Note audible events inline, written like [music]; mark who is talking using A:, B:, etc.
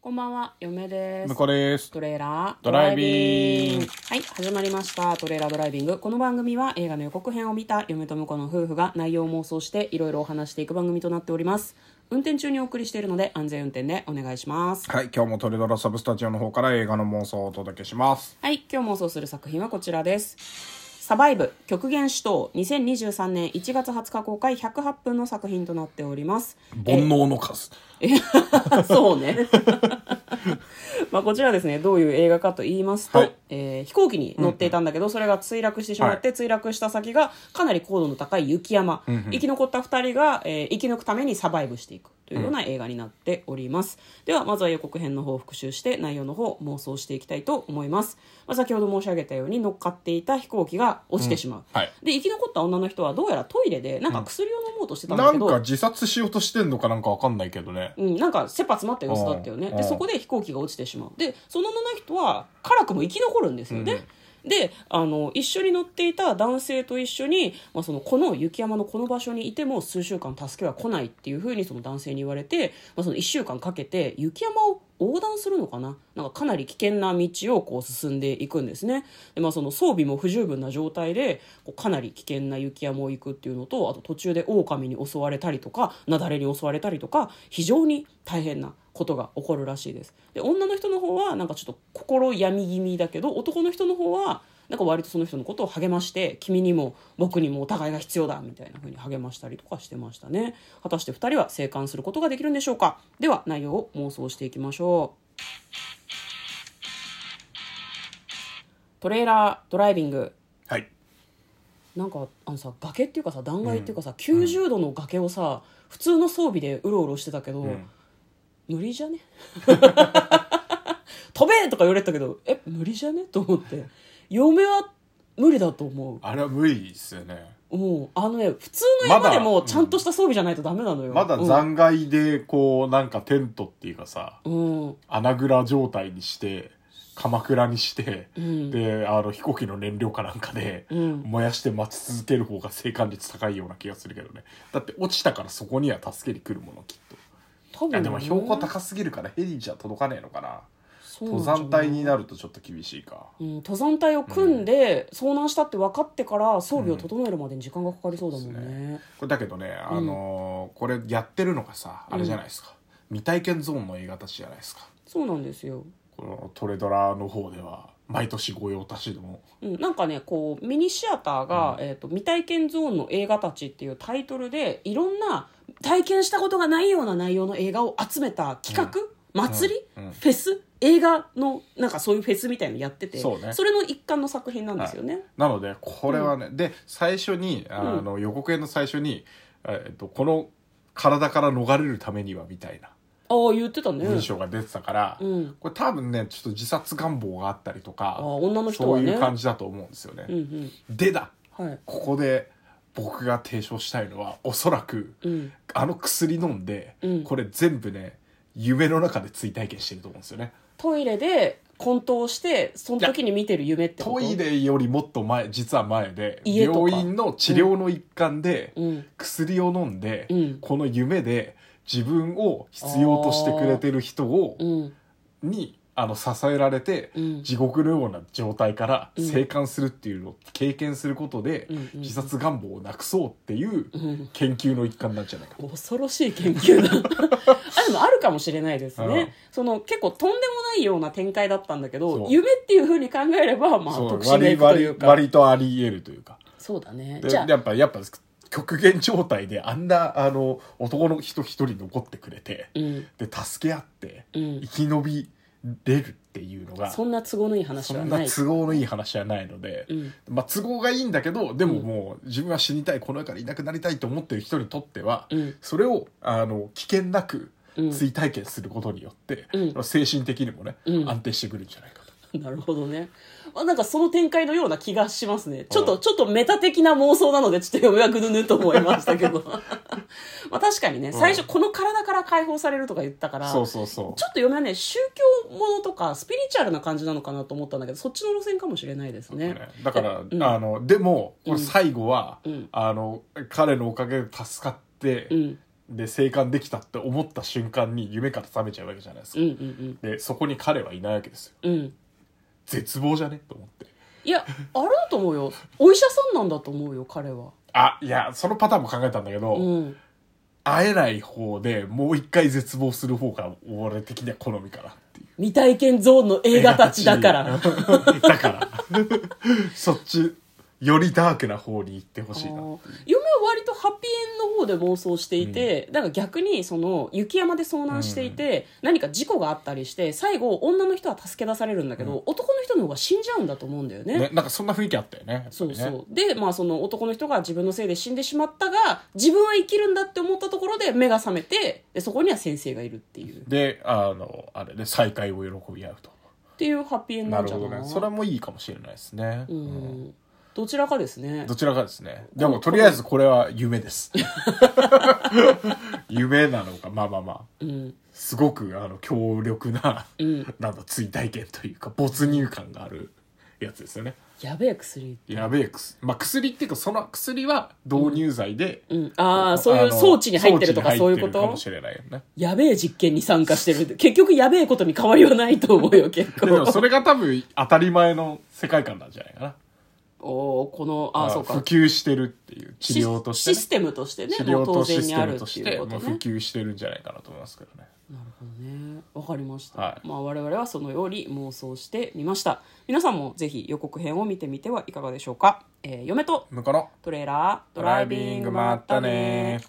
A: こんばんは、嫁です
B: 向。こうです。
A: トレーラー
B: ドライビング
A: はい、始まりました。トレーラードライビング。この番組は映画の予告編を見た嫁と婿の夫婦が内容を妄想していろいろお話していく番組となっております。運転中にお送りしているので安全運転でお願いします。
B: はい、今日もトレドラサブスタジオの方から映画の妄想をお届けします。
A: はい、今日妄想する作品はこちらです。サバイブ極限死闘2023年1月20日公開108分の作品となっております。
B: 煩悩の数。
A: [laughs] そうね。まあこちらですね、どういう映画かと言いますと、
B: はい
A: えー飛行機に乗っていたんだけど、それが墜落してしまって、墜落した先がかなり高度の高い雪山。生き残った二人が、えー生き抜くためにサバイブしていくというような映画になっております。では、まずは予告編の方を復習して、内容の方を妄想していきたいと思います。まあ、先ほど申し上げたように乗っかっていた飛行機が落ちてしまう。
B: はい
A: で、生き残った女の人はどうやらトイレでなんか薬を飲もうとしてたん
B: な
A: だけ
B: ん
A: ど、
B: か自殺しようとしてんのかなんかわかんないけどね。
A: うん、なんか切羽詰まった様子だったよね
B: うん
A: で
B: うん
A: そこで飛行機が落ちてしまうでその女の人は辛くも生き残るんですよね、であの一緒に乗っていた男性と一緒に、まあ、そのこの雪山のこの場所にいても数週間助けは来ないっていうふうにその男性に言われて、まあ、その1週間かけて雪山を横断するのかななんかかなり危険な道をこう進んでいくんですねで、まあ、その装備も不十分な状態でこうかなり危険な雪山を行くっていうのとあと途中で狼に襲われたりとか雪崩に襲われたりとか非常に大変なことが起こるらしいですで女の人の方はなんかちょっと心病み気味だけど男の人の方はなんか割とその人のことを励まして君にも僕にもお互いが必要だみたいな風に励ましたりとかしてましたね果たして2人は生還することができるんでしょうかでは内容を妄想していきましょうトレーラードライビング
B: はい。
A: なんかあのさ崖っていうかさ断崖っていうかさ、90度の崖をさ普通の装備でうろうろしてたけど、無理じゃね [laughs] 飛べとか言われてたけどえ無理じゃねと思って嫁は無理だと思
B: あれは無理っすよね。
A: うもうあのね普通の山でもちゃんとした装備じゃないとダメなのよ
B: まだ残骸で、こう、なんかテントっていうかさ、
A: うん、うん
B: 穴蔵状態にして、鎌倉にして、
A: ん
B: で、あの、飛行機の燃料かなんかで、
A: うん
B: 燃やして待ち続ける方が生還率高いような気がするけどね。だって落ちたからそこには助けに来るもの、きっと。
A: 多
B: い
A: 分
B: や
A: ね
B: でも標高高すぎるからヘリじゃ届かねえのかな
A: そうなん
B: 登
A: じゃない
B: 山隊になるとちょっと厳しいか
A: うん、登山隊を組んで、遭難したって分かってから装備を整えるまでに時間がかかりそうだもんね,、
B: そうですこれだけどね、あのーこれやってるのがさあれじゃないですか、未体験ゾーンの映画たちじゃないですか
A: そうなんですよ
B: このトレドラの方では毎年御用達でも
A: うん、なんかねこうミニシアターが、えーと「未体験ゾーンの映画たち」っていうタイトルでいろんな体験したことがないような内容の映画を集めた企画、祭り、
B: うんうん
A: フェス映画のなんかそういうフェスみたいのやってて
B: そうね
A: れの一環の作品なんですよね、
B: なのでこれはね、で最初にあの予告編の最初に、えっと、この体から逃れるためにはみたいな
A: ああ言ってたね
B: 文章が出てたから、
A: うん
B: これ多分ねちょっと自殺願望があったりとか
A: あー女の人はね
B: そういう感じだと思うんですよね、
A: うんうん
B: でだ
A: はい
B: ここで僕が提唱したいのはおそらく、
A: うん
B: あの薬飲んで、
A: うん
B: これ全部ね夢の中で追体験してると思うんですよね
A: トイレで混沌してその時に見てる夢ってこと
B: トイレよりもっと前実は前で
A: 家とか
B: 病院の治療の一環で、
A: うん
B: 薬を飲んで、
A: うん
B: この夢で自分を必要としてくれてる人を
A: うん
B: にあの支えられて、
A: うん
B: 地獄のような状態から
A: うん
B: 生還するっていうのを経験することで、
A: うんうん
B: 自殺願望をなくそうっていう
A: うん
B: 研究の一環なんじゃないか、
A: 恐ろしい研究
B: [laughs]
A: だあでもあるかもしれないですね、
B: うん
A: その結構とんでもないような展開だったんだけど
B: そう
A: 夢っていうふうに考えればまあ
B: そう
A: 特殊でい
B: 割
A: くという
B: 割
A: か
B: 割とあり得るというか
A: そうだね
B: で
A: じゃあ
B: やっぱやっぱ極限状態であんなあの男の人一人残ってくれて、
A: うん
B: で助け合って
A: うん
B: 生き延びれるっていうのが、
A: そんな都合のいい話
B: そ
A: は
B: ん
A: な
B: ない都合のいい話はないので、
A: うん
B: まあ、都合がいいんだけどでももう自分は死にたいこの世からいなくなりたいと思ってる人にとっては、
A: うん
B: それをあの危険なく
A: うん
B: 追体験することによって、
A: う
B: 精神的にもね、
A: うん
B: 安定してくるんじゃないかと。
A: [laughs] なるほどね、まあ、なんかその展開のような気がしますねちょっとちょっとメタ的な妄想なのでちょっとようやくぬぬと思いましたけど [laughs] まあ確かにね最初この体から解放されるとか言ったから
B: そうそうそう
A: ちょっと嫁はね宗教ものとかスピリチュアルな感じなのかなと思ったんだけどそっちの路線かもしれないですね
B: ねだから、
A: うん
B: あのでもこれ最後は、
A: うん
B: あの彼のおかげで助かって、
A: うん
B: で生還できたって思った瞬間に夢から覚めちゃうわけじゃないです
A: うん
B: か、
A: うん
B: でそこに彼はいないわけですよ
A: うんうん
B: 絶望じゃねと思って
A: いやあれだと思うよお医者さんなんだと思うよ彼は
B: あいやそのパターンも考えたんだけど、
A: うん
B: 会えない方でもう一回絶望する方が俺的には好みかなっていう
A: 未体験ゾーンの映画たちだから
B: [laughs] だから [laughs] そっちよりダークな方に行ってほしい
A: あ
B: な
A: ー嫁は割とハッピーエンドの方で妄想していて、だから逆にその雪山で遭難していて、何か事故があったりして最後女の人は助け出されるんだけど、男の人の方が死んじゃうんだと思うんだよね
B: ね、なんかそんな雰囲気あったよねやっぱりね
A: そうそうでまあその男の人が自分のせいで死んでしまったが自分は生きるんだって思ったところで目が覚めてでそこには先生がいるっていうっ
B: であのあれで再会を喜び合うと
A: ていうハッピーエンド
B: な
A: なん
B: る
A: じゃ
B: ほ
A: な
B: ど
A: い
B: ねそれもいいかもしれないですね、
A: う
B: うん
A: んどちらかですね
B: どちらかですねでもとりあえずこれは夢です
A: [laughs]
B: 夢なのかまあまあまあ
A: うん
B: すごくあの強力な、
A: うん
B: なんだ追体験というか没入感があるやつですよね
A: やべえ薬
B: やべえ薬、まあ、薬っていうかその薬は導入剤で、
A: うんああそういう
B: の
A: 装置に入ってるとか
B: 装
A: そうい
B: 置
A: うこ
B: に入ってるか
A: と
B: もしれないよね
A: やべえ実験に参加してる結局やべえことに変わりはないと思うよ結
B: でもそ
A: 構
B: れが多分当たり前の世界観なんじゃないかな
A: おおこのああ
B: あ
A: そう
B: 普
A: か
B: 及してるっていう治療として、
A: シシステムとしてね
B: 治
A: もう
B: 療
A: 当
B: と
A: 然
B: シス
A: に
B: テ
A: あ
B: ム
A: る
B: と
A: って
B: し
A: いう
B: て
A: こ
B: も
A: と
B: う普
A: ね
B: 及してるんじゃないかなと思いますけどね
A: なるほどねわかりました、
B: はい
A: まあ、我々はそのように妄想してみました皆さんもぜひ予告編を見てみてはいかがでしょうか、えー嫁と
B: 向こうの
A: トレーラード
B: ドライビングまったね